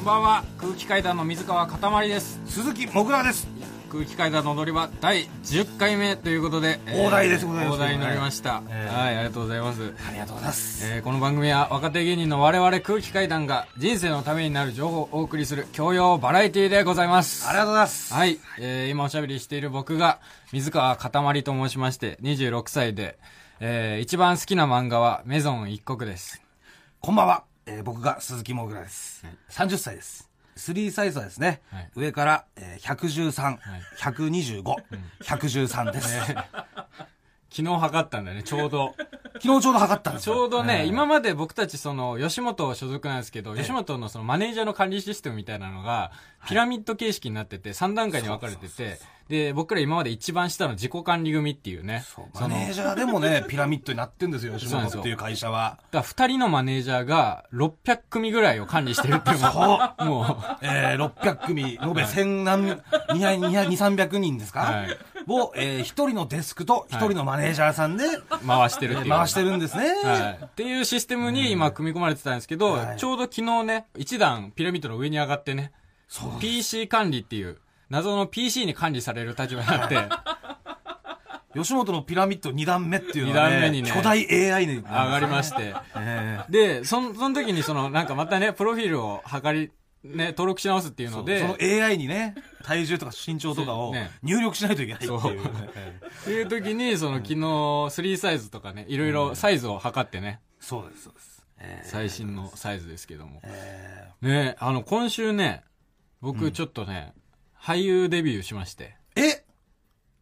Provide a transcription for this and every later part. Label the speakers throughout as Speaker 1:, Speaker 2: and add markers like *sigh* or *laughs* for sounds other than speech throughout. Speaker 1: んばんは空気階段の水川かたまりです
Speaker 2: 鈴木もぐらです
Speaker 1: 空気階段の踊り場第10回目ということで、え
Speaker 2: 大台ですございます
Speaker 1: 大台になりました、
Speaker 2: えー
Speaker 1: はいありがとうございます、
Speaker 2: ありがとうございます
Speaker 1: えーこの番組は若手芸人の我々空気階段が人生のためになる情報をお送りする教養バラエティでございます
Speaker 2: ありがとうございます
Speaker 1: はい、えー今おしゃべりしている僕が、水川かたまりと申しまして、26歳で、えー一番好きな漫画は、メゾン一国です。
Speaker 2: こんばんは、えー僕が鈴木もぐらです、30歳です3サイズはですね、
Speaker 1: はい
Speaker 2: 上から、えー、11312513です、
Speaker 1: 昨日測ったんだよね、ちょう
Speaker 2: *laughs*
Speaker 1: ど。
Speaker 2: 昨日ちょうど測ったんです
Speaker 1: ち
Speaker 2: よ
Speaker 1: ょうどね、
Speaker 2: えー
Speaker 1: 今まで僕たちその、吉本所属なんですけど、吉本のそのマネージャーの管理システムみたいなのが、ピラミッド形式になってて、3段階に分かれてて、で、僕ら今まで一番下の自己管理組っていうね、
Speaker 2: そう
Speaker 1: そ
Speaker 2: マ
Speaker 1: の
Speaker 2: ネージャーでもねピラミッドになってんですよ吉
Speaker 1: そうなんです
Speaker 2: 本
Speaker 1: よ
Speaker 2: っていう会
Speaker 1: *laughs*
Speaker 2: 社は
Speaker 1: だ2人のマネージャーが600組ぐらいを管理してるっていうも
Speaker 2: そう
Speaker 1: う、もう、
Speaker 2: えー、600組、延べ1000何、200、300人ですか、
Speaker 1: はい
Speaker 2: を、えー、一人のデスクと一人のマネージャーさんで
Speaker 1: 回してるっていう。
Speaker 2: 回してるんですね。
Speaker 1: はい、っていうシステムに今組み込まれてたんですけど、
Speaker 2: はい
Speaker 1: ちょうど昨日ね一段ピラミッドの上に上がってね
Speaker 2: そう
Speaker 1: PC 管理っていう謎の PC に管理される立場になって
Speaker 2: 吉本のピラミッド2段目っていうのは、
Speaker 1: 二
Speaker 2: ね、
Speaker 1: 段目にね
Speaker 2: 巨大 AI に上
Speaker 1: 上がりま
Speaker 2: し
Speaker 1: して
Speaker 2: た。えー
Speaker 1: でそんその時にそのなんかまたねプロフィールを測りね登録し直すっていうので
Speaker 2: その AI にね、体重とか身長とかを
Speaker 1: ね
Speaker 2: 入力しないといけないっていう。
Speaker 1: そう
Speaker 2: えー
Speaker 1: っていう時にその昨日3サイズとかねいろいろサイズを測ってね
Speaker 2: そうです、そうです。えー
Speaker 1: 最新のサイズですけども
Speaker 2: え
Speaker 1: ねあの今週ね僕ちょっとね、俳優デビューしまして
Speaker 2: ーえ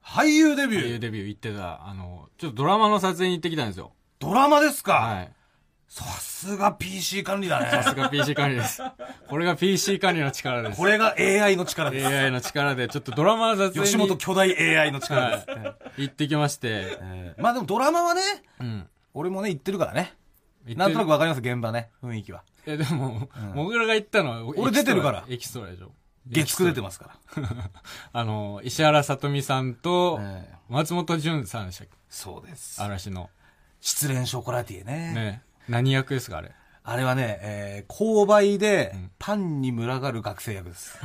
Speaker 2: 俳優デビュ
Speaker 1: 俳優
Speaker 2: ー
Speaker 1: デビュー行ってた、あの、ちょっとドラマの撮影に行ってきたんですよ。
Speaker 2: ドラマですか、
Speaker 1: はい。
Speaker 2: さすが PC 管理だ
Speaker 1: さす
Speaker 2: ね。
Speaker 1: が PC 管理です。
Speaker 2: *laughs*
Speaker 1: これが PC 管理の力です。
Speaker 2: これが AI の力です。
Speaker 1: AI の力で、ちょっとドラマの撮
Speaker 2: 吉
Speaker 1: 影
Speaker 2: 本
Speaker 1: に
Speaker 2: 巨大 AI の力です。
Speaker 1: 行ってきまして、
Speaker 2: えーまあでもドラマはね、
Speaker 1: うん。
Speaker 2: 俺もね、言ってるからね。
Speaker 1: 行って
Speaker 2: なんとなくわかります、現場ね、雰囲気は。
Speaker 1: いや、でも、もぐらが行ったのは、
Speaker 2: 俺出てるから
Speaker 1: エキストラでしょ。
Speaker 2: 月9出てますか
Speaker 1: あの、石原さとみさんと
Speaker 2: ら。、えー
Speaker 1: 松本潤さんでしたっけ
Speaker 2: そうです。
Speaker 1: 嵐の。
Speaker 2: 失恋ショコラティエね。
Speaker 1: ね。何役ですか、あれ。
Speaker 2: あれはね、えー購買でパンに群がる学生
Speaker 1: *laughs*
Speaker 2: 役です。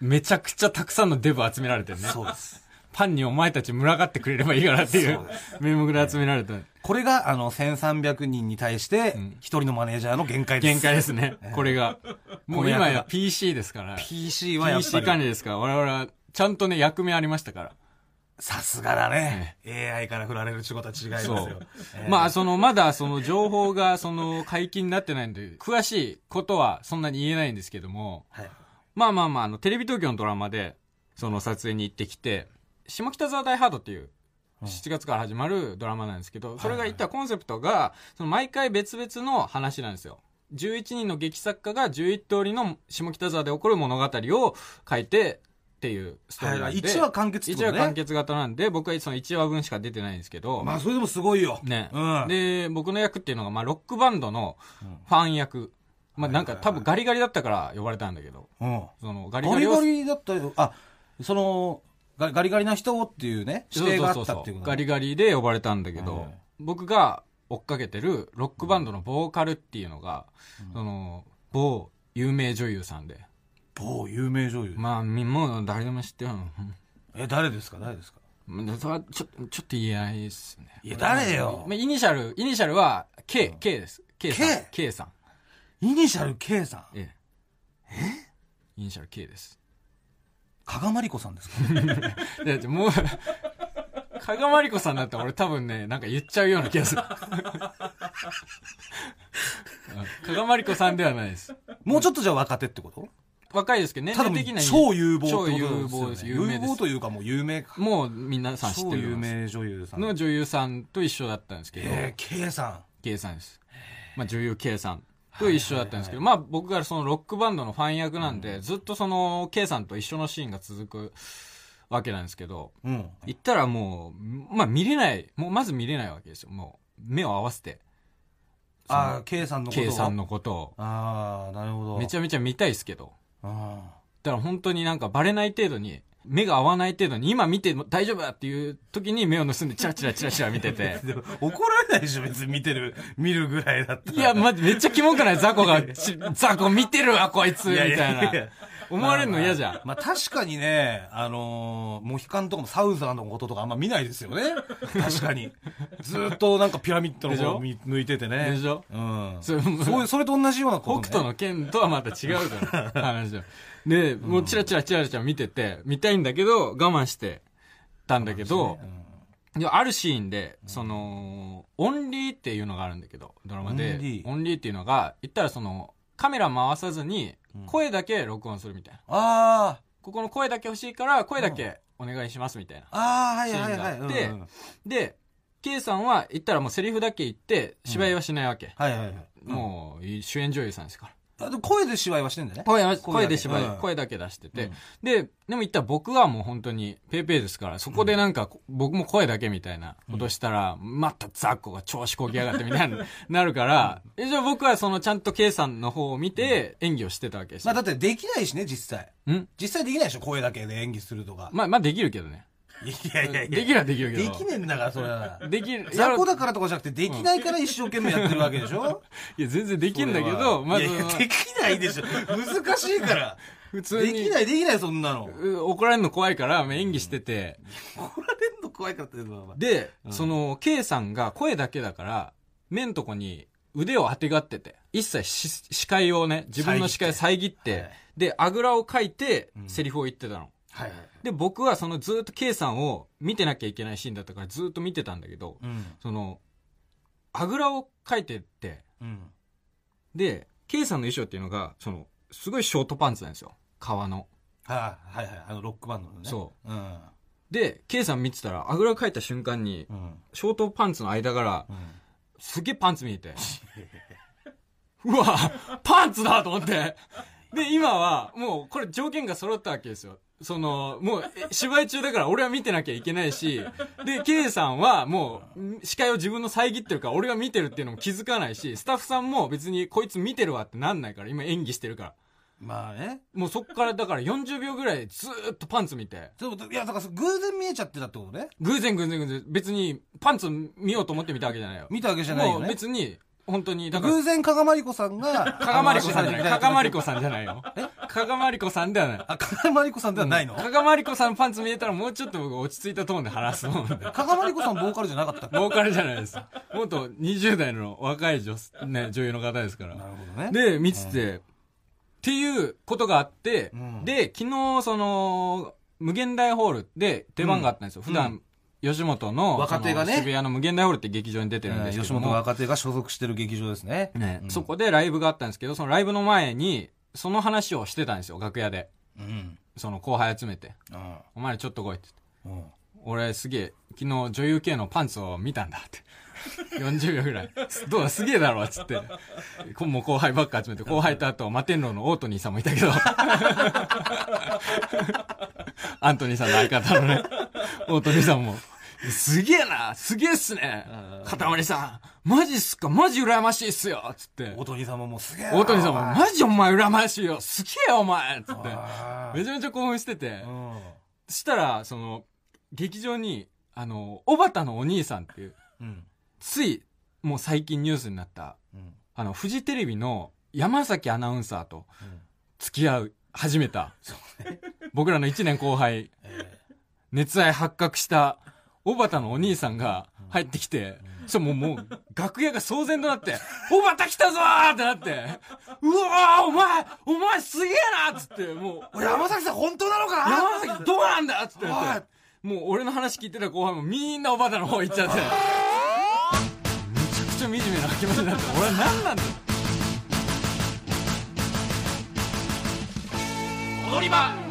Speaker 1: めちゃくちゃたくさんのデブ集められてるね。
Speaker 2: そうです。
Speaker 1: パンにお前たち群がってくれればいいからっていう
Speaker 2: そうで
Speaker 1: 名目で集められた。
Speaker 2: これが、あの、1300人に対して、一人のマネージャーの限界です。
Speaker 1: 限界ですね。これが。もう今
Speaker 2: この役
Speaker 1: や
Speaker 2: が
Speaker 1: PC ですから。
Speaker 2: PC はやっ
Speaker 1: PC
Speaker 2: ぱ
Speaker 1: 管理
Speaker 2: り、
Speaker 1: ですから。我々は、ちゃんとね、役目ありましたから。
Speaker 2: さすがだね。AI から振られる仕事は違います
Speaker 1: そ
Speaker 2: よ
Speaker 1: う。
Speaker 2: えー
Speaker 1: まあ、その、まだ、その、情報が、その、解禁になってないんで、詳しいことはそんなに言えないんですけども、
Speaker 2: はい。
Speaker 1: まあまあまあ、あの、テレビ東京のドラマで、その、撮影に行ってきて、下北沢大ハードっていう、7月から始まるドラマなんですけど、それが言ったコンセプトが、その毎回別々の話なんですよ。11人の劇作家が11通りの下北沢で起こる物語を書いてっていうストーリーなんで。
Speaker 2: はいはい一話完結ってことね
Speaker 1: 一話完結型なんで、僕はその1話分しか出てないんですけど、
Speaker 2: まあ、それでもすごいよ。
Speaker 1: ね、
Speaker 2: うん。
Speaker 1: で、僕の役っていうのが、まあ、ロックバンドのファン役。まあ、なんか
Speaker 2: はいはいはい
Speaker 1: 多分ガリガリだったから呼ばれたんだけど、
Speaker 2: うん。
Speaker 1: そのガリ
Speaker 2: ガ
Speaker 1: ガ
Speaker 2: リ
Speaker 1: リを
Speaker 2: ガリだったよ。あ、その、ガガリガリな人をっていうね、指定があったっていうこと
Speaker 1: ガリガリで呼ばれたんだけど、
Speaker 2: はい
Speaker 1: 僕が追っかけてるロックバンドのボーカルっていうのが、その某有名女優さんで
Speaker 2: 某有名女優。
Speaker 1: まあみもう誰でも知ってるの
Speaker 2: え、誰ですか誰ですか
Speaker 1: うんそれはちょちょっと言えないですね
Speaker 2: いや、誰よ
Speaker 1: まあ、。イニシャルイニシャルは K,、K です K さん
Speaker 2: K？
Speaker 1: K さん
Speaker 2: イニシャル K さん。
Speaker 1: ええイニシャル K です
Speaker 2: 加賀まりこさん
Speaker 1: *laughs*
Speaker 2: ですか
Speaker 1: いやもう加賀まりこさんだったら俺多分ねなんか言っちゃうような気がする *laughs* うん加賀まりこさんではないです
Speaker 2: もうちょっとじゃあ若手ってこと
Speaker 1: 若いですけど、年
Speaker 2: ただ
Speaker 1: 齢
Speaker 2: もう
Speaker 1: 的な
Speaker 2: 超有望ってこ
Speaker 1: 超
Speaker 2: とです
Speaker 1: 有
Speaker 2: よ、ね、
Speaker 1: 望です。有
Speaker 2: 有
Speaker 1: 名で
Speaker 2: 望
Speaker 1: す。
Speaker 2: というかもう有名か。
Speaker 1: もう皆さん知って
Speaker 2: 超
Speaker 1: る
Speaker 2: 有名女優さん。
Speaker 1: の女優さんと一緒だったんですけど、
Speaker 2: えー、K さ
Speaker 1: K さんです。まあ女優 K さんと一緒だったんですけど、まあ僕がそのロックバンドのファン役なんで、ずっとその K さんと一緒のシーンが続くわけなんですけど、
Speaker 2: ん。うん。
Speaker 1: 行ったらもう、まあ見れない、もうまず見れないわけですよ。もう目を合わせて、
Speaker 2: あー、K さんのことを
Speaker 1: K さんのことを。
Speaker 2: ああ、なるほど。
Speaker 1: めち
Speaker 2: ゃ。
Speaker 1: ゃめちゃ見たいですけど。
Speaker 2: あ
Speaker 1: だから本当になんかバレない程度に、目が合わない程度に、今見ても大丈夫だっていう時に目を盗んで、チラチラチラチラ見て
Speaker 2: *laughs*。
Speaker 1: て
Speaker 2: でも怒られないでしょ、別に見てる、見るぐらいだったら。
Speaker 1: いや、まじ、めっちゃキモくないザコが、ちザコ見てるわ、こいつみたい
Speaker 2: やや
Speaker 1: な
Speaker 2: や。
Speaker 1: 思われるの嫌じゃん。
Speaker 2: まあ確かにね、あのーモヒカンとかもサウザーのこととかあんま見ないですよね。確かに。ずーっとなんかピラミッドの方を見抜いててね。
Speaker 1: でしょ
Speaker 2: うん。
Speaker 1: そう
Speaker 2: そういうそれと同じようなこと、ね。
Speaker 1: 北斗の剣とはまた違うから話だよで、もうチラチラチラチラ見てて、見たいんだけど、我慢してたんだけど、であるシーンで、その、オンリーっていうのがあるんだけど、ドラマで
Speaker 2: オンリ。ー
Speaker 1: オンリーっていうのが、言ったらその、カメラ回さずに
Speaker 2: うん、
Speaker 1: 声だけ録音するみたいな。
Speaker 2: あ
Speaker 1: ここの声だけ欲しいから、声だけお願いしますみたいな
Speaker 2: あ、。ああ、はいはいはい。
Speaker 1: シーンがあって
Speaker 2: うんうん
Speaker 1: で、K さんは言ったらもうセリフだけ言って、芝居はしないわけ。
Speaker 2: はいはいはい。うん
Speaker 1: もう、主演女優さんですから。
Speaker 2: あでも声で芝居はしてんだよね。
Speaker 1: 声は声で芝居、
Speaker 2: うん
Speaker 1: 声だけ出してて、
Speaker 2: うん
Speaker 1: ででも言ったら僕はもう本当にペーペーですからそこでなんかこ僕も声だけみたいなことしたら、またザッコが調子こきやがってみたい
Speaker 2: *laughs*
Speaker 1: になるから、えじゃあ僕はそのちゃんと K さんの方を見て演技をしてたわけです
Speaker 2: まあ
Speaker 1: よ、
Speaker 2: だってできないしね、実際。
Speaker 1: うん
Speaker 2: 実際できないでしょ、声だけで演技するとか。
Speaker 1: まあまあできるけどね
Speaker 2: いやいやいや。
Speaker 1: できるはできるけ
Speaker 2: で
Speaker 1: ど
Speaker 2: きねえんだから、
Speaker 1: *laughs*
Speaker 2: それは。
Speaker 1: できる
Speaker 2: 雑魚だからとかじゃなくて、できないから一生懸命やってるわけでしょ
Speaker 1: いや全然で
Speaker 2: で
Speaker 1: きるんだけどまず
Speaker 2: いやいやできないでしょ。難しいから。
Speaker 1: 普通
Speaker 2: で
Speaker 1: に
Speaker 2: きない、できない、そんなの。
Speaker 1: う怒られるの怖いからまあ演技してて、
Speaker 2: 怒られんの怖いからって言うのは
Speaker 1: で、
Speaker 2: うん
Speaker 1: その K さんが声だけだから目んとこに腕をあてがってて一切し視界をね自分の視界を遮って
Speaker 2: 遮ってはい
Speaker 1: であぐらをかいて
Speaker 2: うん
Speaker 1: セリフを言ってたの、
Speaker 2: はいはい。
Speaker 1: で僕はそのずっと K さんを見てなきゃいけないシーンだったからずっと見てたんだけど、
Speaker 2: うん。
Speaker 1: そのあぐらをかいてって
Speaker 2: うん。
Speaker 1: で K さんの衣装っていうのがそのすごいショートパンツなんですよ革の
Speaker 2: はいはいはい。あの、ロックバンドのね。。
Speaker 1: そう
Speaker 2: うん。
Speaker 1: で K さん見てたらあぐらかいた瞬間に
Speaker 2: うん。
Speaker 1: ショートパンツの間から
Speaker 2: うん。
Speaker 1: すげえパンツ見えて。うわ、パンツだと思って。で、今は、もう、これ条件が揃ったわけですよ。その、もう、え芝居中だから俺は見てなきゃいけないし、で、K さんはもう、視界を自分の遮ってるから俺が見てるっていうのも気づかないし、スタッフさんも別にこいつ見てるわってなんないから、今演技してるから。
Speaker 2: まあね。
Speaker 1: もうそっからだから40秒ぐらいずーっとパンツ見て、
Speaker 2: でもいや、だから偶然見えちゃってたってことね。
Speaker 1: 偶然偶然偶然、別にパンツ見ようと思って見たわけじゃないよ。
Speaker 2: 見たわけじゃないよ
Speaker 1: もう
Speaker 2: ね。
Speaker 1: 別に、本当に、だから
Speaker 2: 偶然、加賀まりこさんが。
Speaker 1: 加賀まりこさんじゃない。加賀まり
Speaker 2: こ。
Speaker 1: こさんじゃないよ。加賀まりこさんではない。
Speaker 2: あ、加賀まりこさんではないの
Speaker 1: 加賀まりこさんのパンツ見えたらもうちょっと僕落ち着いたトーンで話すも
Speaker 2: *laughs*
Speaker 1: んで。
Speaker 2: 加賀まりこさんボーカルじゃなかったっけ
Speaker 1: ボーカルじゃないです。元20代の若い女,、ね、女優の方ですから
Speaker 2: な。るほどね。
Speaker 1: で、見てて、っていうことがあって、
Speaker 2: うん
Speaker 1: で、昨日、その、無限大ホールで出番があったんですよ。
Speaker 2: うん
Speaker 1: 普段、吉本の、
Speaker 2: 若手がね
Speaker 1: その渋谷の無限大ホールって劇場に出てるん
Speaker 2: え
Speaker 1: で
Speaker 2: ー
Speaker 1: すけ
Speaker 2: 吉
Speaker 1: ども、
Speaker 2: 本若手が所属してる劇場ですね。
Speaker 1: ね
Speaker 2: うん
Speaker 1: そこでライブがあったんですけど、そのライブの前に、その話をしてたんですよ、楽屋で。
Speaker 2: うん。
Speaker 1: その後輩集めて。
Speaker 2: うん。
Speaker 1: お前らちょっと来いって
Speaker 2: うん。
Speaker 1: 俺すげえ、昨日女優系のパンツを見たんだって。40秒ぐらい。どうだすげえだろっつって。こもう後輩ばっか集めて、後輩とあと、マテンローのオートニーさんもいたけど。 *laughs* アントニーさんの相方のね、オートニーさんも。すげえなすげえっすね
Speaker 2: うん
Speaker 1: かたまりさんマジっすかマジ羨ましいっすよつって。
Speaker 2: 大谷さんももうすげえな。
Speaker 1: 大谷さんも、
Speaker 2: お前
Speaker 1: マジお前羨ましいよすげえよお前つって。
Speaker 2: あー
Speaker 1: めちゃめちゃ興奮してて
Speaker 2: う。ん。
Speaker 1: したら、その、劇場に、あの、小畑のお兄さんっていう、
Speaker 2: うん。
Speaker 1: つい、もう最近ニュースになった、
Speaker 2: うん。
Speaker 1: あの、フジテレビの山崎アナウンサーと付き合う、始めた、僕らの1年後輩、
Speaker 2: え
Speaker 1: 熱愛発覚した、小畑のお兄さんが入ってきて、そう、もう、もう、楽屋が騒然となって、小畑来たぞーってなって、うわーお前お前すげえなっつって、もう、
Speaker 2: ー俺山崎さん本当なのか
Speaker 1: 山崎どうなんだっつって言
Speaker 2: は
Speaker 1: っ
Speaker 2: い
Speaker 1: てもう俺の話聞いてた後輩もみんなおばたの方行っちゃってめちゃくちゃ惨めな気持ちになって俺は何なんだ踊り場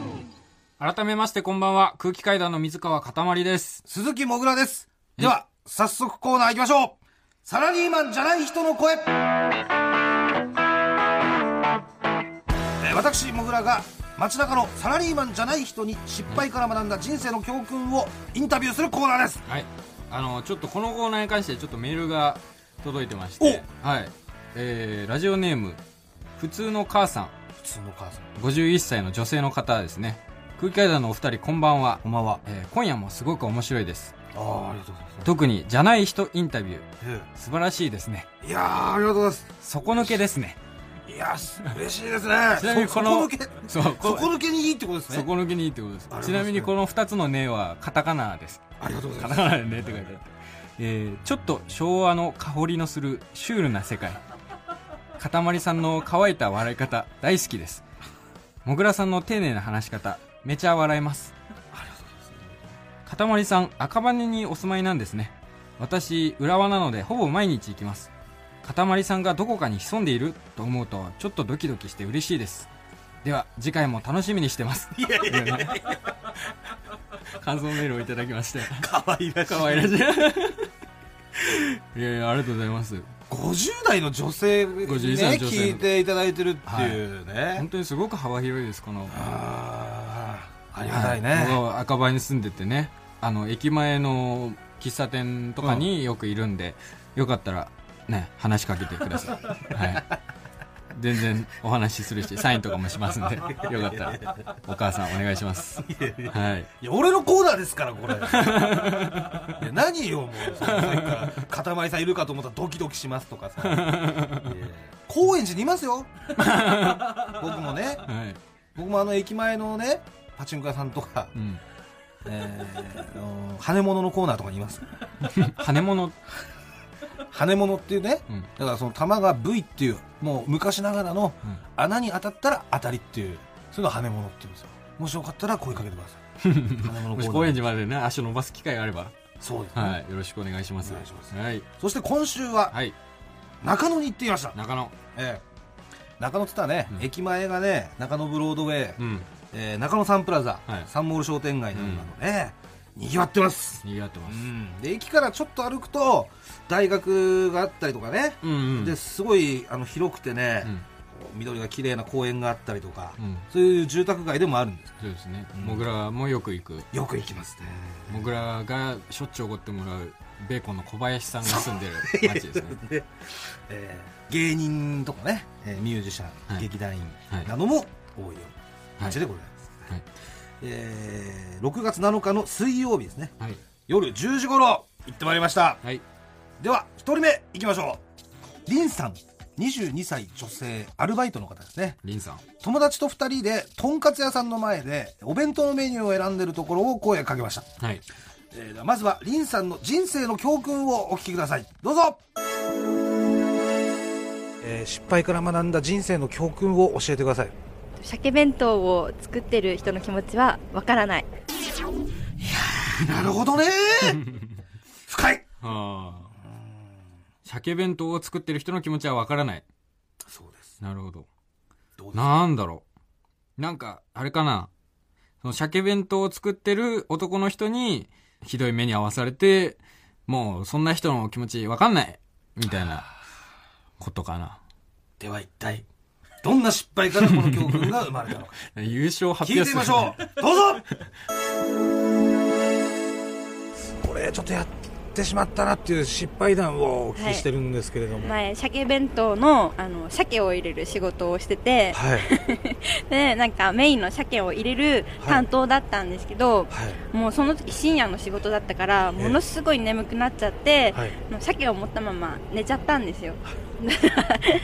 Speaker 1: 改めましてこんばんは空気階段の水川かたまりです
Speaker 2: 鈴木もぐらです。では、早速コーナー行きましょう。サラリーマンじゃない人の声。えー私、もぐらが街中のサラリーマンじゃない人に失敗から学んだ人生の教訓をインタビューするコーナーです。
Speaker 1: はいあのちょっとこのコーナーに関してちょっとメールが届いてましてはいえー、ラジオネーム普通の母さん
Speaker 2: 普通の母さん。
Speaker 1: 51歳の女性の方ですね。空気階段のお二人こんばんは、
Speaker 2: こんばんは。
Speaker 1: えー今夜もすごく面白いです
Speaker 2: ああ、ありがとうございます。
Speaker 1: 特にじゃない人インタビュー
Speaker 2: え
Speaker 1: 素晴らしいですね
Speaker 2: えいやー、ありがとうございます。
Speaker 1: 底抜けですね
Speaker 2: いやー、嬉しいですね。
Speaker 1: *laughs* ちなみに
Speaker 2: そ
Speaker 1: この
Speaker 2: 底抜け、
Speaker 1: そう
Speaker 2: 底抜けにいいってことですね。
Speaker 1: 底抜けにいいってことです
Speaker 2: ありがとうございます
Speaker 1: ちなみにこの2つの「ね」はカタカナです
Speaker 2: ありがとうござ
Speaker 1: カ
Speaker 2: いま
Speaker 1: タ
Speaker 2: す。
Speaker 1: カナでねって書いてある、えーちょっと昭和の香りのするシュールな世界かたまりさんの乾いた笑い方大好きですもぐらさんの丁寧な話し方めちゃ笑えますかたまりさん赤羽にお住まいなんですね私浦和なのでほぼ毎日行きますかたまりさんがどこかに潜んでいると思うとちょっとドキドキして嬉しいですでは次回も楽しみにしてます
Speaker 2: いやいやいやいや、
Speaker 1: *laughs* 感想メールをいただきまして *laughs*
Speaker 2: かわいらしい。
Speaker 1: 可愛らしい。いやいや、ありがとうございます。
Speaker 2: 50代の女性にね、
Speaker 1: 50代の女性の
Speaker 2: 聞いていただいてるっていうね。
Speaker 1: 本当にすごく幅広いです、この。
Speaker 2: あーありがたいね。
Speaker 1: 僕は赤羽に住んでてね、あの、駅前の喫茶店とかによくいるんで、よかったら、ね、話しかけてください。はい。全然お話しするし、サインとかもしますんで、よかったら、お母さんお願いします。はい。
Speaker 2: いや、俺のコーナーですから、これ。いや何よ、もう。そのさっきから、かたまりさんいるかと思ったらドキドキしますとかさ。いや高円寺にいますよ。僕もね、
Speaker 1: はい。
Speaker 2: 僕もあの駅前のね、パチンコ屋さんとか、
Speaker 1: うん。
Speaker 2: えーあの羽物のコーナーとかにいます。
Speaker 1: 羽物、
Speaker 2: 羽物っていうね、
Speaker 1: うん。
Speaker 2: だからその玉が V っていう、もう昔ながらの
Speaker 1: うん
Speaker 2: 穴に当たったら当たりっていう、そういうのを羽物って言うんですよ。もしよかったら声かけてくだ
Speaker 1: *laughs*
Speaker 2: さい。羽物
Speaker 1: も
Speaker 2: コ
Speaker 1: し
Speaker 2: ーナ
Speaker 1: 高円
Speaker 2: ー。
Speaker 1: 寺までね、足を伸ばす機会があれば、
Speaker 2: そうですね。
Speaker 1: はい。よろしくお願いします。
Speaker 2: お願いします
Speaker 1: はい。
Speaker 2: そして今週は、
Speaker 1: はい。
Speaker 2: 中野に行ってきました、
Speaker 1: 中野。
Speaker 2: ええ中野って言ったらね、
Speaker 1: うん
Speaker 2: 駅前がね中野ブロードウェイ、
Speaker 1: うん。
Speaker 2: えー中野サンプラザ、
Speaker 1: はい
Speaker 2: サンモール商店街なんかのね、にぎわってます、
Speaker 1: 賑わってます。
Speaker 2: で駅からちょっと歩くと大学があったりとかね、
Speaker 1: うんうん。
Speaker 2: ですごいあの広くてね
Speaker 1: う、ん。
Speaker 2: 緑が綺麗な公園があったりとか、
Speaker 1: うん。
Speaker 2: そういう住宅街でもあるんです
Speaker 1: そうですね
Speaker 2: う。ん
Speaker 1: モグラもよく行く。
Speaker 2: よく行きますね
Speaker 1: モグラがしょっちゅうおごってもらうベーコンの小林さんが住んでる街ですね。
Speaker 2: で、えー芸人とかね、えーミュージシャン、
Speaker 1: はい
Speaker 2: 劇団員
Speaker 1: はい
Speaker 2: なども多いよ、
Speaker 1: は
Speaker 2: 感
Speaker 1: い
Speaker 2: じ。でございます、
Speaker 1: はい
Speaker 2: えー6月7日の水曜日ですね
Speaker 1: はい。
Speaker 2: 夜10時頃行ってまいりました
Speaker 1: はい。
Speaker 2: では1人目行きましょうリンさん22歳女性アルバイトの方ですね
Speaker 1: リンさん。
Speaker 2: 友達と2人でとんかつ屋さんの前でお弁当のメニューを選んでるところを声かけました、
Speaker 1: はい。
Speaker 2: えーではまずはリンさんの人生の教訓をお聞きくださいどうぞ、失敗から学んだ人生の教訓を教えてください
Speaker 3: 鮭弁当を作ってる人の気持ちはわからない
Speaker 2: なるほどね深い
Speaker 1: ああ。鮭弁当を作ってる人の気持ちはわからない。
Speaker 2: そうです
Speaker 1: なるほど。
Speaker 2: どうですか
Speaker 1: なんだろう。なんか、あれかな。その鮭弁当を作ってる男の人に、ひどい目に遭わされて、もう、そんな人の気持ちわかんないみたいな、ことかな。
Speaker 2: では一体どんな失敗からこの教訓が生まれたのか
Speaker 1: 優勝発
Speaker 2: 聞
Speaker 1: 表
Speaker 2: いてみましょうどうぞこれちょっとやってしまったなっていう失敗談をお聞きしてるんですけれどもはい、
Speaker 3: 前鮭弁当のあの鮭を入れる仕事をしてて
Speaker 2: はい
Speaker 3: でなんかメインの鮭を入れる担当だったんですけど、もうその時深夜の仕事だったからものすごい眠くなっちゃって、
Speaker 2: はい
Speaker 3: もう鮭を持ったまま寝ちゃったんです *laughs* よ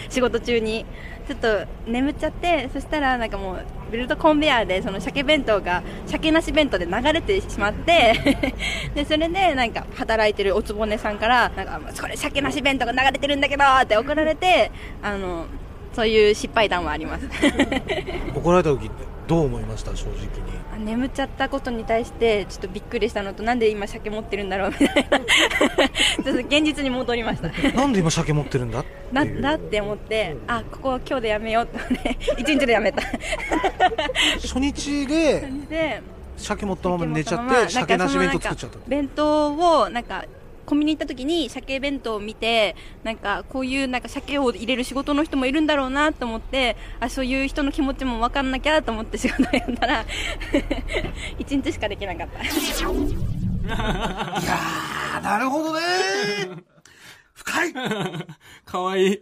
Speaker 3: 仕事中にちょっと眠っちゃってそしたらなんかもうベルトコンベヤーでその鮭弁当が鮭なし弁当で流れてしまって *laughs* でそれでなんか働いてるおつぼねさんからなんかそれ鮭なし弁当が流れてるんだけどって怒られてあのそういう失敗談はあります
Speaker 4: 怒られた時どう思いました正直に
Speaker 3: あ *laughs* 眠っちゃったことに対してちょっとびっくりしたのとなんで今鮭持ってるんだろうみたいな *laughs* ちょっと現実に戻りました
Speaker 4: なんで今鮭持ってるんだ
Speaker 3: なだって思ってあここは今日でやめようとね *laughs* 一日でやめた
Speaker 4: 初日で
Speaker 3: で
Speaker 4: 鮭持ったまま寝ちゃ
Speaker 3: そのま
Speaker 4: っ
Speaker 3: ま
Speaker 4: て鮭なし弁
Speaker 3: ん
Speaker 4: 当
Speaker 3: か
Speaker 4: 作っちゃった
Speaker 3: そのなんか弁当をなんかコンビニ行った時に鮭弁当を見てなんかこういうなんか鮭を入れる仕事の人もいるんだろうなと思ってあそういう人の気持ちも分かんなきゃと思って仕事やったら *laughs* 一日しかできなかった
Speaker 2: あなるほどね深い
Speaker 1: *laughs* かわいい。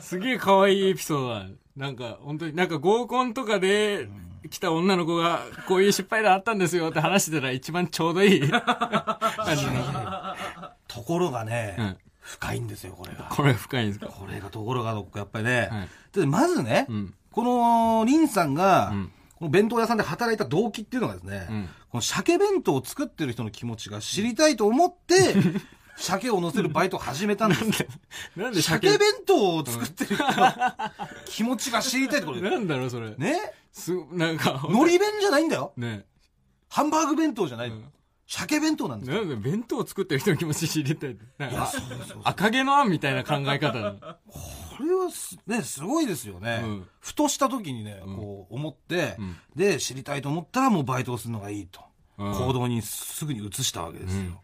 Speaker 1: すげえかわいいエピソードだ。なんか、本当に、なんか合コンとかで、来た女の子が、こういう失敗談あったんですよって話してたら一番ちょうどい
Speaker 2: *laughs*
Speaker 1: い感じの。
Speaker 2: ところがね、
Speaker 1: うん
Speaker 2: 深いんですよ、これが。
Speaker 1: これ深いんですか
Speaker 2: これがところがどっかやっぱりね、
Speaker 1: はい
Speaker 2: でまずね、
Speaker 1: うん
Speaker 2: このリンさんが、
Speaker 1: うん
Speaker 2: この弁当屋さんで働いた動機っていうのがですね、
Speaker 1: うん
Speaker 2: この鮭弁当を作ってる人の気持ちが知りたいと
Speaker 1: *laughs*
Speaker 2: 思って、鮭を乗せるバイトを始めたんですよ。
Speaker 1: なんで
Speaker 2: 鮭
Speaker 1: 鮭
Speaker 2: 弁当を作ってる人の気持ちが知りたいってことで
Speaker 1: なんだろうそれ。
Speaker 2: ね
Speaker 1: す、なんか、
Speaker 2: 海苔弁じゃないんだよ。
Speaker 1: ね
Speaker 2: ハンバーグ弁当じゃないの
Speaker 1: うん。
Speaker 2: 鮭弁当なんですよ。
Speaker 1: なんで弁当を作ってる人の気持ち知りたいって。なん
Speaker 2: いや、
Speaker 1: か
Speaker 2: そうそうそう
Speaker 1: 赤毛のアンみたいな考え方だ
Speaker 2: これはす、ね、すごいですよね。
Speaker 1: うん
Speaker 2: ふとした時にね、
Speaker 1: うん
Speaker 2: こう思って、
Speaker 1: うん
Speaker 2: で、知りたいと思ったらもうバイトをするのがいいと。
Speaker 1: うん
Speaker 2: 行動にすぐに移したわけですよ。
Speaker 1: うん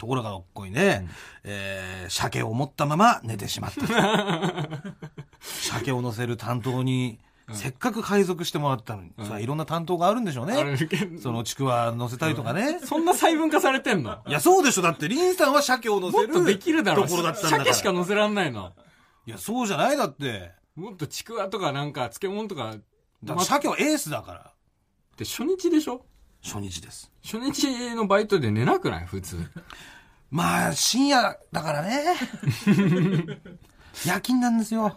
Speaker 2: ところがどっこいね、えー鮭を持ったまま寝て
Speaker 1: *laughs*
Speaker 2: しまった。鮭を乗せる担当に、せっかく配属してもらったのに、それはいろんな担当があるんでしょう
Speaker 1: あれ *laughs*
Speaker 2: ね。そのちくわ乗せたりとかね。
Speaker 1: そんな細分化されてんの
Speaker 2: いや、そうでしょ。だって、リンさんは鮭を
Speaker 1: も
Speaker 2: 乗せ
Speaker 1: っ
Speaker 2: る
Speaker 1: とできるだろ
Speaker 2: ところだったんだから。
Speaker 1: 鮭しか乗せらんないの。
Speaker 2: いや、そうじゃないだって。
Speaker 1: もっとちくわとかなんか漬物とか、だ
Speaker 2: だって鮭はエースだから。
Speaker 1: って初日でしょ
Speaker 2: 初日です。
Speaker 1: 初日のバイトで寝なくない普通。
Speaker 2: まあ、深夜だか
Speaker 1: *laughs*
Speaker 2: らね。夜勤なんですよ。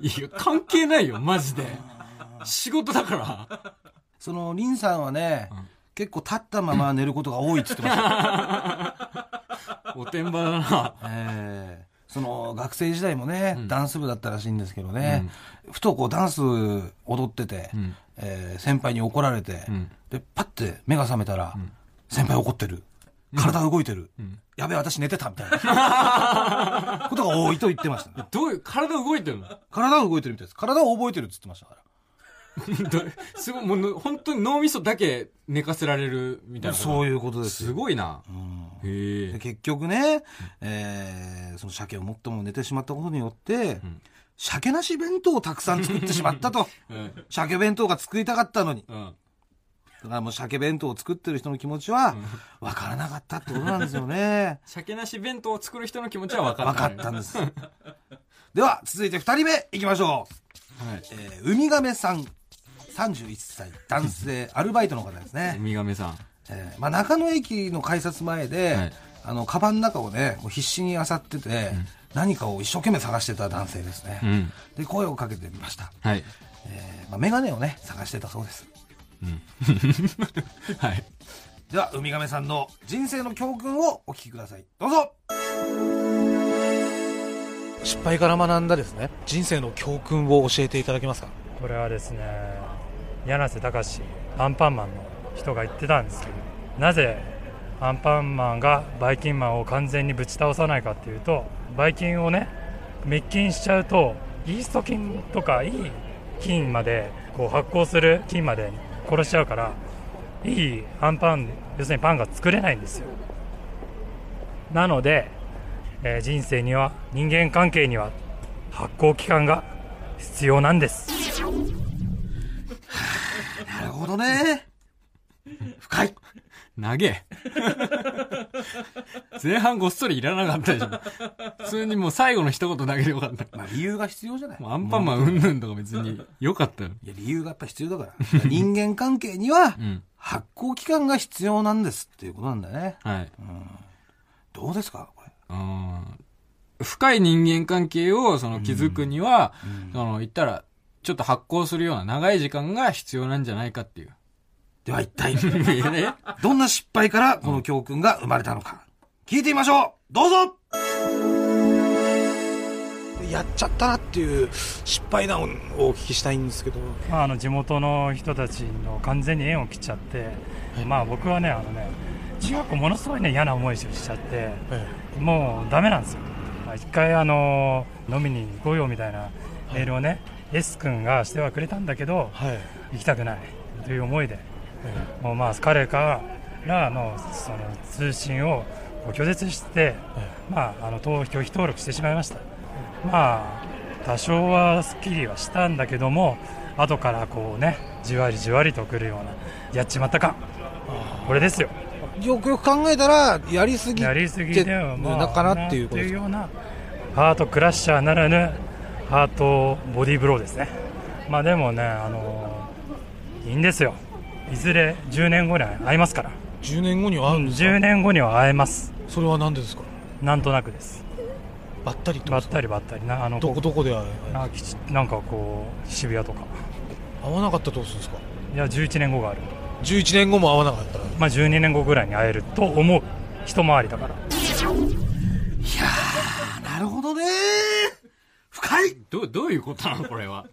Speaker 1: いや、関係ないよ、マジで。仕事だから。
Speaker 2: その、リンさんはね、
Speaker 1: ん
Speaker 2: 結構立ったまま寝ることが多いって言ってました。
Speaker 1: おてんばだな。 *laughs*
Speaker 2: ええその、学生時代もね、
Speaker 1: うん
Speaker 2: ダンス部だったらしいんですけどね、ふとこうダンス踊ってて、
Speaker 1: うん
Speaker 2: えー先輩に怒られて、
Speaker 1: うん
Speaker 2: で、パッて目が覚めたら、先輩怒ってる。体動いてる。
Speaker 1: ん
Speaker 2: やべえ、私寝てたみたいな。
Speaker 1: *laughs*
Speaker 2: ことが多いと言ってましたね。
Speaker 1: どういう、体動いてるの
Speaker 2: 体は動いてるみたいです。体を覚えてるって言ってましたか
Speaker 1: どすごい、もうの、本当に脳みそだけ寝かせられるみたい
Speaker 2: ら。
Speaker 1: な。
Speaker 2: そ
Speaker 1: う。
Speaker 2: ういうことで
Speaker 1: す
Speaker 2: すよ。
Speaker 1: ごいな。
Speaker 2: うん
Speaker 1: へ
Speaker 2: で
Speaker 1: え。
Speaker 2: 結局ね、えーその鮭をもっとも寝てしまったことによって、
Speaker 1: ん
Speaker 2: 鮭なし弁当をたくさん作ってしまったと。
Speaker 1: うん。
Speaker 2: 鮭弁当が作りたかったのに。
Speaker 1: うん。。
Speaker 2: だからもう鮭弁当を作ってる人の気持ちは、わからなかったってことなんですよね
Speaker 1: 鮭なし弁当を作る人の気持ちは分か
Speaker 2: *laughs* わ
Speaker 1: った
Speaker 2: か
Speaker 1: ね、
Speaker 2: ったんです。では、続いて二人目いきましょう。
Speaker 1: はい。
Speaker 2: えー、ウミガメさん、31歳、男性、アルバイトの方ですね。
Speaker 1: ウミガメさん。
Speaker 2: えーまあ、中野駅の改札前で、
Speaker 1: はい
Speaker 2: あのカバンの中をねこう必死に漁ってて、何かを一生懸命探してた男性ですね、
Speaker 1: うん。
Speaker 2: で声をかけてみました、
Speaker 1: はい。
Speaker 2: えーまあ、眼鏡をね探してたそうです
Speaker 1: はい。
Speaker 2: ではウミガメさんの人生の教訓をお聞きくださいどうぞ
Speaker 4: 失敗から学んだですね人生の教訓を教えていただけますか
Speaker 5: これはですね柳瀬隆アンパンマンの人が言ってたんですけどなぜアンパンマンがバイキンマンを完全にぶち倒さないかっていうとバイキンをね滅菌しちゃうとイースト菌とかいい菌までこう発酵する菌まで殺しちゃうからいいアンパン要するにパンが作れないんですよなので、えー人生には人間関係には発酵期間が必要なんです
Speaker 2: なるほどね深い
Speaker 1: 投げ。前半ごっそりいらなかったでしょ。普通にもう最後の一言だけでよかった。
Speaker 2: まあ理由が必要じゃない
Speaker 1: もうアンパンマンうんぬんとか別によかったよ。
Speaker 2: いや理由がやっぱ必要だから *laughs* 人間関係には
Speaker 1: うん。
Speaker 2: 発酵期間が必要なんですっていうことなんだね
Speaker 1: はい。
Speaker 2: どうですかこれ
Speaker 1: うん深い人間関係をその築くには、その言ったら、ちょっと発酵するような長い時間が必要なんじゃないかっていう。
Speaker 2: では一
Speaker 1: *laughs*
Speaker 2: 体
Speaker 1: いやね
Speaker 2: どんな失敗からこの教訓が生まれたのか、聞いてみましょうどうぞ
Speaker 4: やっちゃったなっていう失敗談をお聞きしたいんですけど
Speaker 5: まあ、あの地元の人たちの完全に縁を切っちゃって、まあ、僕はねあのね中学校ものすごい、ね、嫌な思いをしちゃってもうダメなんですよまあ一回あの飲みに行こうよみたいなメールをね、S 君がしてはくれたんだけど
Speaker 4: はい
Speaker 5: 行きたくないという思いで、もうまあ彼からのその通信をこう拒絶して、まあ、あの登拒否登録してしまいました、まあ多少はスッキリはしたんだけども後からこうねじわりじわりとくるようなやっちまったかこれですよ
Speaker 4: よくよく考えたらやりすぎ
Speaker 5: やりすぎ
Speaker 4: て
Speaker 5: では
Speaker 4: る
Speaker 5: まあ
Speaker 4: のかなっていうこと
Speaker 5: な
Speaker 4: で
Speaker 5: んて
Speaker 4: す
Speaker 5: いう
Speaker 4: か
Speaker 5: ようなハートクラッシャーならぬハートボディーブローですねまあでもねあのいいんですよいずれ10年後には会いますから
Speaker 4: 10年後にはあるんですか、
Speaker 5: 10年後には会えます
Speaker 4: それは何でですか
Speaker 5: なんとなくです
Speaker 4: ばったりって
Speaker 5: ば
Speaker 4: こ
Speaker 5: っ
Speaker 4: とですか
Speaker 5: たりばったりなあの
Speaker 4: どこどこで会
Speaker 5: なきちなんかこう渋谷とか
Speaker 4: 会わなかったらどうするんですか
Speaker 5: いや11年後がある
Speaker 4: 11年後も会わなかったら
Speaker 5: まあ12年後ぐらいに会えると思う一回りだから
Speaker 2: なるほどね深い
Speaker 1: ど、どういうことなのこれは。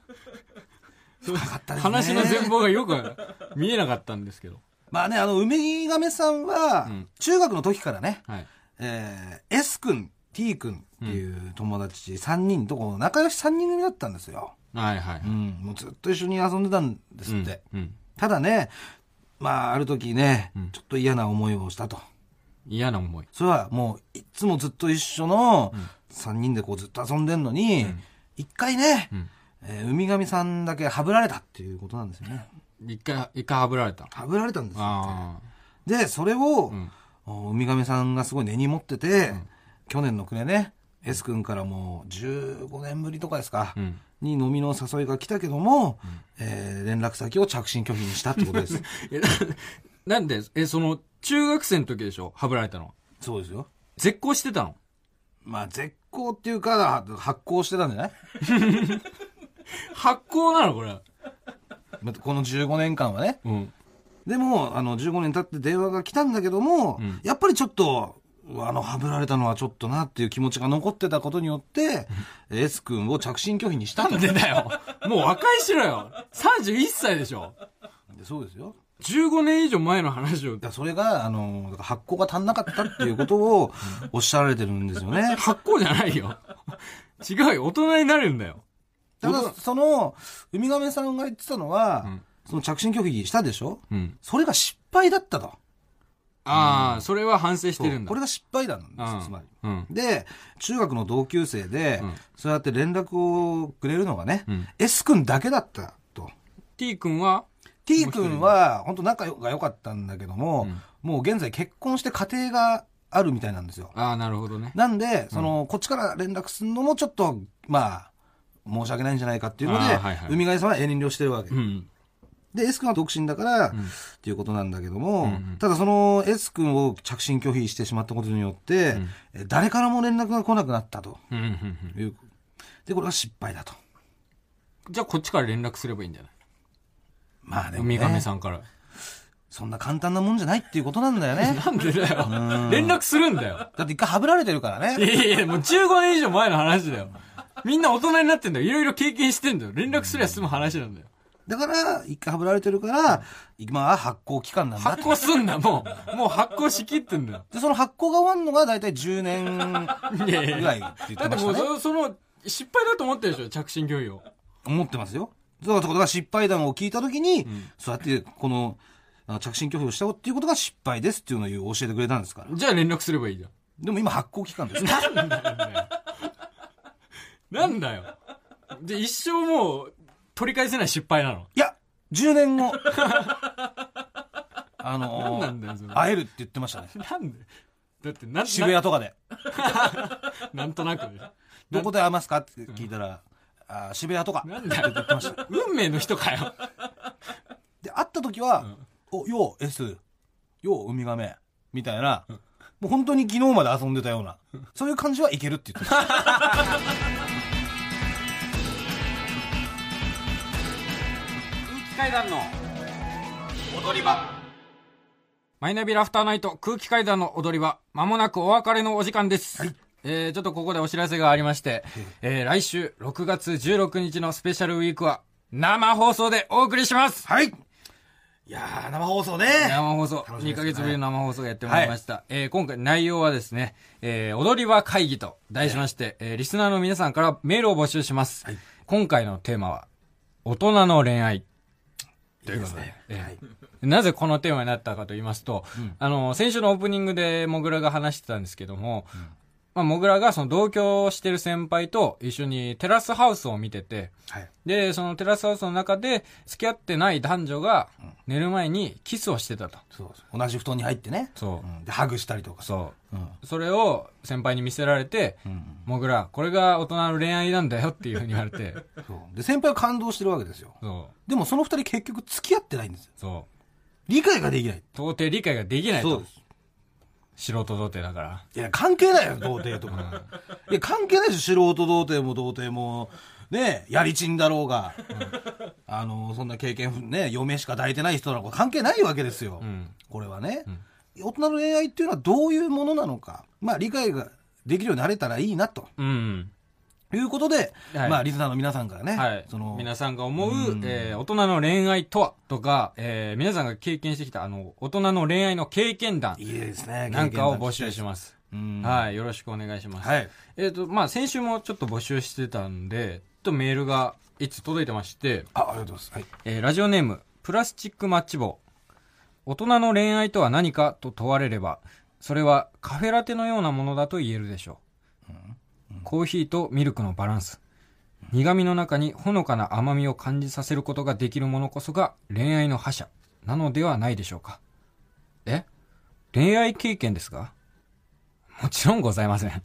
Speaker 2: かったですね
Speaker 1: 話の全貌がよく見えなかったんですけど。
Speaker 2: まあね、あの、梅亀さんは
Speaker 1: うん、
Speaker 2: 中学の時からね、
Speaker 1: はい。
Speaker 2: えー S 君、T 君っていう友達3人とこう仲良し3人組だったんですよ。。
Speaker 1: はいはいう
Speaker 2: ん、もうずっと一緒に遊んでたんですって。
Speaker 1: うんうん
Speaker 2: ただね、まあある時ね、
Speaker 1: うん
Speaker 2: ちょっと嫌な思いをしたと。
Speaker 1: 嫌な思い。
Speaker 2: それはもういつもずっと一緒の3人でこうずっと遊んでんのに、一回ね、
Speaker 1: うん
Speaker 2: えー海神さんだけはぶられたっていうことなんですよね。
Speaker 1: 一回、一回はぶられた。
Speaker 2: はぶられたんですよ。
Speaker 1: あ
Speaker 2: で、それを、
Speaker 1: ん
Speaker 2: お海神さんがすごい根に持ってて、去年の暮れね、S 君からもう15年ぶりとかですか、
Speaker 1: あ。うん。
Speaker 2: に飲みの誘いが来たけども、えー連絡先を着信拒否にしたってこと
Speaker 1: *laughs*
Speaker 2: です。
Speaker 1: え、ななんで、え、その、中学生の時でしょはぶられたのは。
Speaker 2: そうですよ。
Speaker 1: 絶交してたの
Speaker 2: まあ、絶好っていうか、発行してたんじゃない
Speaker 1: 発行なのこれ。
Speaker 2: まあこの15年間はね。
Speaker 1: うん。
Speaker 2: でも、あの、15年経って電話が来たんだけども、
Speaker 1: うん
Speaker 2: やっぱりちょっと、あの、はぶられたのはちょっとなっていう気持ちが残ってたことによって、S 君を着信拒否にした
Speaker 1: なんん
Speaker 2: で
Speaker 1: でだよ。もう和解しろよ。31歳でしょ
Speaker 2: そうですよ。
Speaker 1: 15年以上前の話を
Speaker 2: だからそれが、あの、だから発行が足んなかったっていうことをおっしゃられてるんです
Speaker 1: *laughs*
Speaker 2: よね。
Speaker 1: 発行じゃないよ。違うよ。大人になるんだよ。
Speaker 2: ただ、その、ウミガメさんが言ってたのは、
Speaker 1: ん
Speaker 2: その着信拒否したでしょ
Speaker 1: うん。
Speaker 2: それが失敗だったと。
Speaker 1: ああ、それは反省し
Speaker 2: そう
Speaker 1: てるんだ。
Speaker 2: これが失敗なん
Speaker 1: う
Speaker 2: で
Speaker 1: ん
Speaker 2: す、つまり。
Speaker 1: うん。
Speaker 2: で、中学の同級生で、
Speaker 1: うん
Speaker 2: そうやって連絡をくれるのがね、
Speaker 1: うん
Speaker 2: S 君だけだったと。
Speaker 1: T 君は
Speaker 2: T 君は、本当仲が良かったんだけども、
Speaker 1: うん
Speaker 2: もう現在結婚して家庭があるみたいなんですよ。
Speaker 1: ああ、なるほどね。
Speaker 2: なんで、その、こっちから連絡するのもちょっと、まあ、申し訳ないんじゃないかっていうので、
Speaker 1: あーはいはい
Speaker 2: 海外さんは遠慮してるわけ。
Speaker 1: うん。
Speaker 2: で、S 君は独身だから、
Speaker 1: ん
Speaker 2: っていうことなんだけども、
Speaker 1: うんうん
Speaker 2: ただその S 君を着信拒否してしまったことによって、え誰からも連絡が来なくなったと
Speaker 1: うんうんうん
Speaker 2: いう。で、これは失敗だと。
Speaker 1: じゃあこっちから連絡すればいいんじゃない
Speaker 2: まあでも、ね、
Speaker 1: 海神さんから。
Speaker 2: そんな簡単なもんじゃないっていうことなんだよね。
Speaker 1: なんでだよ。連絡するんだよ。
Speaker 2: だって一回はぶられてるからね
Speaker 1: *laughs* い。やいやいや、もう15年以上前の話だよ。みんな大人になってんだよ。いろいろ経験してんだよ。連絡すりゃ済む話なんだよ。
Speaker 2: だから、一回はぶられてるから、今は発行期間なんだ
Speaker 1: 発行すんな、もう。もう発行しきってんだよ。
Speaker 2: で、その発行が終わるのが大体10年
Speaker 1: いやい
Speaker 2: ぐらいって言
Speaker 1: だって
Speaker 2: ってまし
Speaker 1: も
Speaker 2: た
Speaker 1: う
Speaker 2: ね。
Speaker 1: そ、その、失敗だと思ってるでしょ、着信拒否を。
Speaker 2: 思ってますよ。そうだからだから失敗談を聞いたときに、
Speaker 1: ん
Speaker 2: そうやってこのあの着信拒否をしたっていうことが失敗ですっていうのを教えてくれたんですから。
Speaker 1: じゃあ連絡すればいいじゃん。
Speaker 2: でも今発行期間です。
Speaker 1: なんだよ。なんだよ。で、一生もう、取り返 *laughs* せない失敗なの。
Speaker 2: いや、10年後。 *laughs* あの
Speaker 1: なんなんだよそれ
Speaker 2: 会えるって言ってましたね。
Speaker 1: なんでだって、なん
Speaker 2: 渋谷とかで。
Speaker 1: ななんとなくでしょ。
Speaker 2: どこで会いますかって聞いたら、あー渋谷とか。
Speaker 1: なんだよ。運命の人かよ。
Speaker 2: で、会った時は、お、よう、S、よう、ウミガメ、みたいな、もう本当に昨日まで遊んでたような、そういう感じはいけるって言ってました。
Speaker 1: 空気階段の踊り場マイナビラフターナイト空気階段の踊り場まもなくお別れのお時間です、えーちょっとここでお知らせがありまして、えー来週6月16日のスペシャルウィークは生放送でお送りします
Speaker 2: *laughs* はいいやー、生放送ね。
Speaker 1: 生放送、
Speaker 2: 楽しみ
Speaker 1: 2
Speaker 2: ですね
Speaker 1: ヶ月ぶりの生放送がやってまいりました、えー今回内容はですね、えー踊り場会議と題しまして、えーリスナーの皆さんからメールを募集します、
Speaker 2: はい
Speaker 1: 今回のテーマは大人の恋愛ということでえーなぜこのテーマになったかと言いますと、あの先週のオープニングでモグラが話してたんですけども、まあ、モグラがその同居してる先輩と一緒にテラスハウスを見てて、
Speaker 2: はい。
Speaker 1: で、そのテラスハウスの中で付き合ってない男女が寝る前にキスをしてたと。
Speaker 2: そうそう同じ布団に入ってね。
Speaker 1: そう
Speaker 2: う。んで、ハグしたりとか。
Speaker 1: そ
Speaker 2: うん。
Speaker 1: う。それを先輩に見せられて、
Speaker 2: うん。
Speaker 1: モグラ、これが大人の恋愛なんだよっていうふうに言われて、 *laughs*
Speaker 2: そう。で、先輩は感動してるわけですよ。
Speaker 1: そ
Speaker 2: でもその二人結局付き合ってないんですよ。
Speaker 1: う、そう。
Speaker 2: 理解ができない。
Speaker 1: 到底理解ができないと。
Speaker 2: す。
Speaker 1: 素人童貞だから。
Speaker 2: いや、関係ないよ、童貞とか。いや、関係ないでしょ、素人童貞も童貞も。ねえ、やりちんだろうが。あの、そんな経験、ね、嫁しか抱いてない人なのか関係ないわけですよ。
Speaker 1: うん
Speaker 2: これはね、大人の恋愛っていうのはどういうものなのか。まあ、理解ができるようになれたらいいな、と
Speaker 1: うん。
Speaker 2: いうことで、
Speaker 1: はい
Speaker 2: まあ、リスナーの皆さんからね、
Speaker 1: はい。
Speaker 2: その、
Speaker 1: 皆さんが思う、えー大人の恋愛とはとか、えー皆さんが経験してきた、あの、大人の恋愛の経験談
Speaker 2: いいですね、
Speaker 1: なんかを募集します。
Speaker 2: うん
Speaker 1: はい。よろしくお願いします。
Speaker 2: はい。
Speaker 1: えっ、と、まあ、先週もちょっと募集してたんで、ちょっとメールがいつ届いてまして、
Speaker 2: あ、ありがとうございます。はい。
Speaker 1: えーラジオネーム、プラスチックマッチ棒。大人の恋愛とは何かと問われれば、それはカフェラテのようなものだと言えるでしょう。コーヒーとミルクのバランス。苦味の中にほのかな甘みを感じさせることができるものこそが恋愛の覇者なのではないでしょうか。え恋愛経験ですかもちろんございません。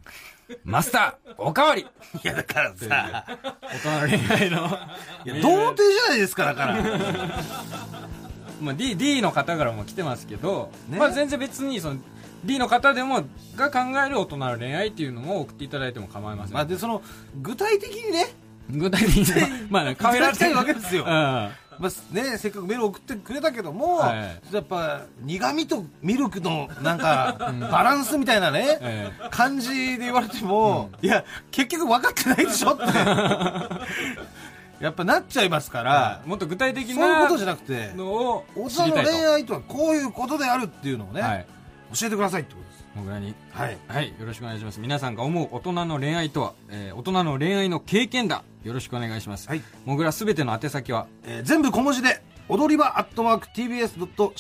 Speaker 1: マスター、おかわり
Speaker 2: いや、だからさ、
Speaker 1: 大人の恋愛の。
Speaker 2: いや童貞じゃないですか、だから。
Speaker 1: まあ、D, D の方からも来てますけど、
Speaker 2: ね
Speaker 1: まあ、全然別にその D の方でもが考える大人の恋愛っていうのも送っていただいても構いません、
Speaker 2: まあ、でその具体的にね、
Speaker 1: 具体的には *laughs* まあねカメラ
Speaker 2: いただきたいわけですよ
Speaker 1: うん、は
Speaker 2: まあね、せっかくメール送ってくれたけども、
Speaker 1: は
Speaker 2: やっぱ苦味とミルクのなんかバランスみたいなね、
Speaker 1: ええ
Speaker 2: 感じで言われても、いや結局分かってないでしょって
Speaker 1: *laughs*
Speaker 2: やっぱなっちゃいますから、
Speaker 1: いもっと具体的
Speaker 2: そういう
Speaker 1: な
Speaker 2: ことじゃなくて
Speaker 1: のを
Speaker 2: 大
Speaker 1: 知
Speaker 2: 人
Speaker 1: り
Speaker 2: の
Speaker 1: たいと
Speaker 2: 恋愛とはこういうことであるっていうのをね、
Speaker 1: はい
Speaker 2: 教えてくださいってことです
Speaker 1: 僕らに
Speaker 2: はい
Speaker 1: はいよろしくお願いします皆さんが思う大人の恋愛とは、えー大人の恋愛の経験だよろしくお願いします、
Speaker 2: はい
Speaker 1: もぐらすべての宛先は
Speaker 2: えー全部小文字で踊り場アットマーク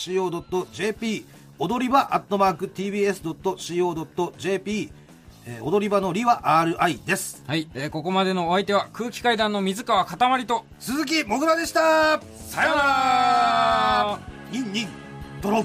Speaker 2: TBS.CO.JP 踊り場アットマーク TBS.CO.JP えー踊り場のりは RI です
Speaker 1: はい、えーここまでのお相手は空気階段の水川かたまりと
Speaker 2: 鈴木もぐらでしたさようならニンニンドロッ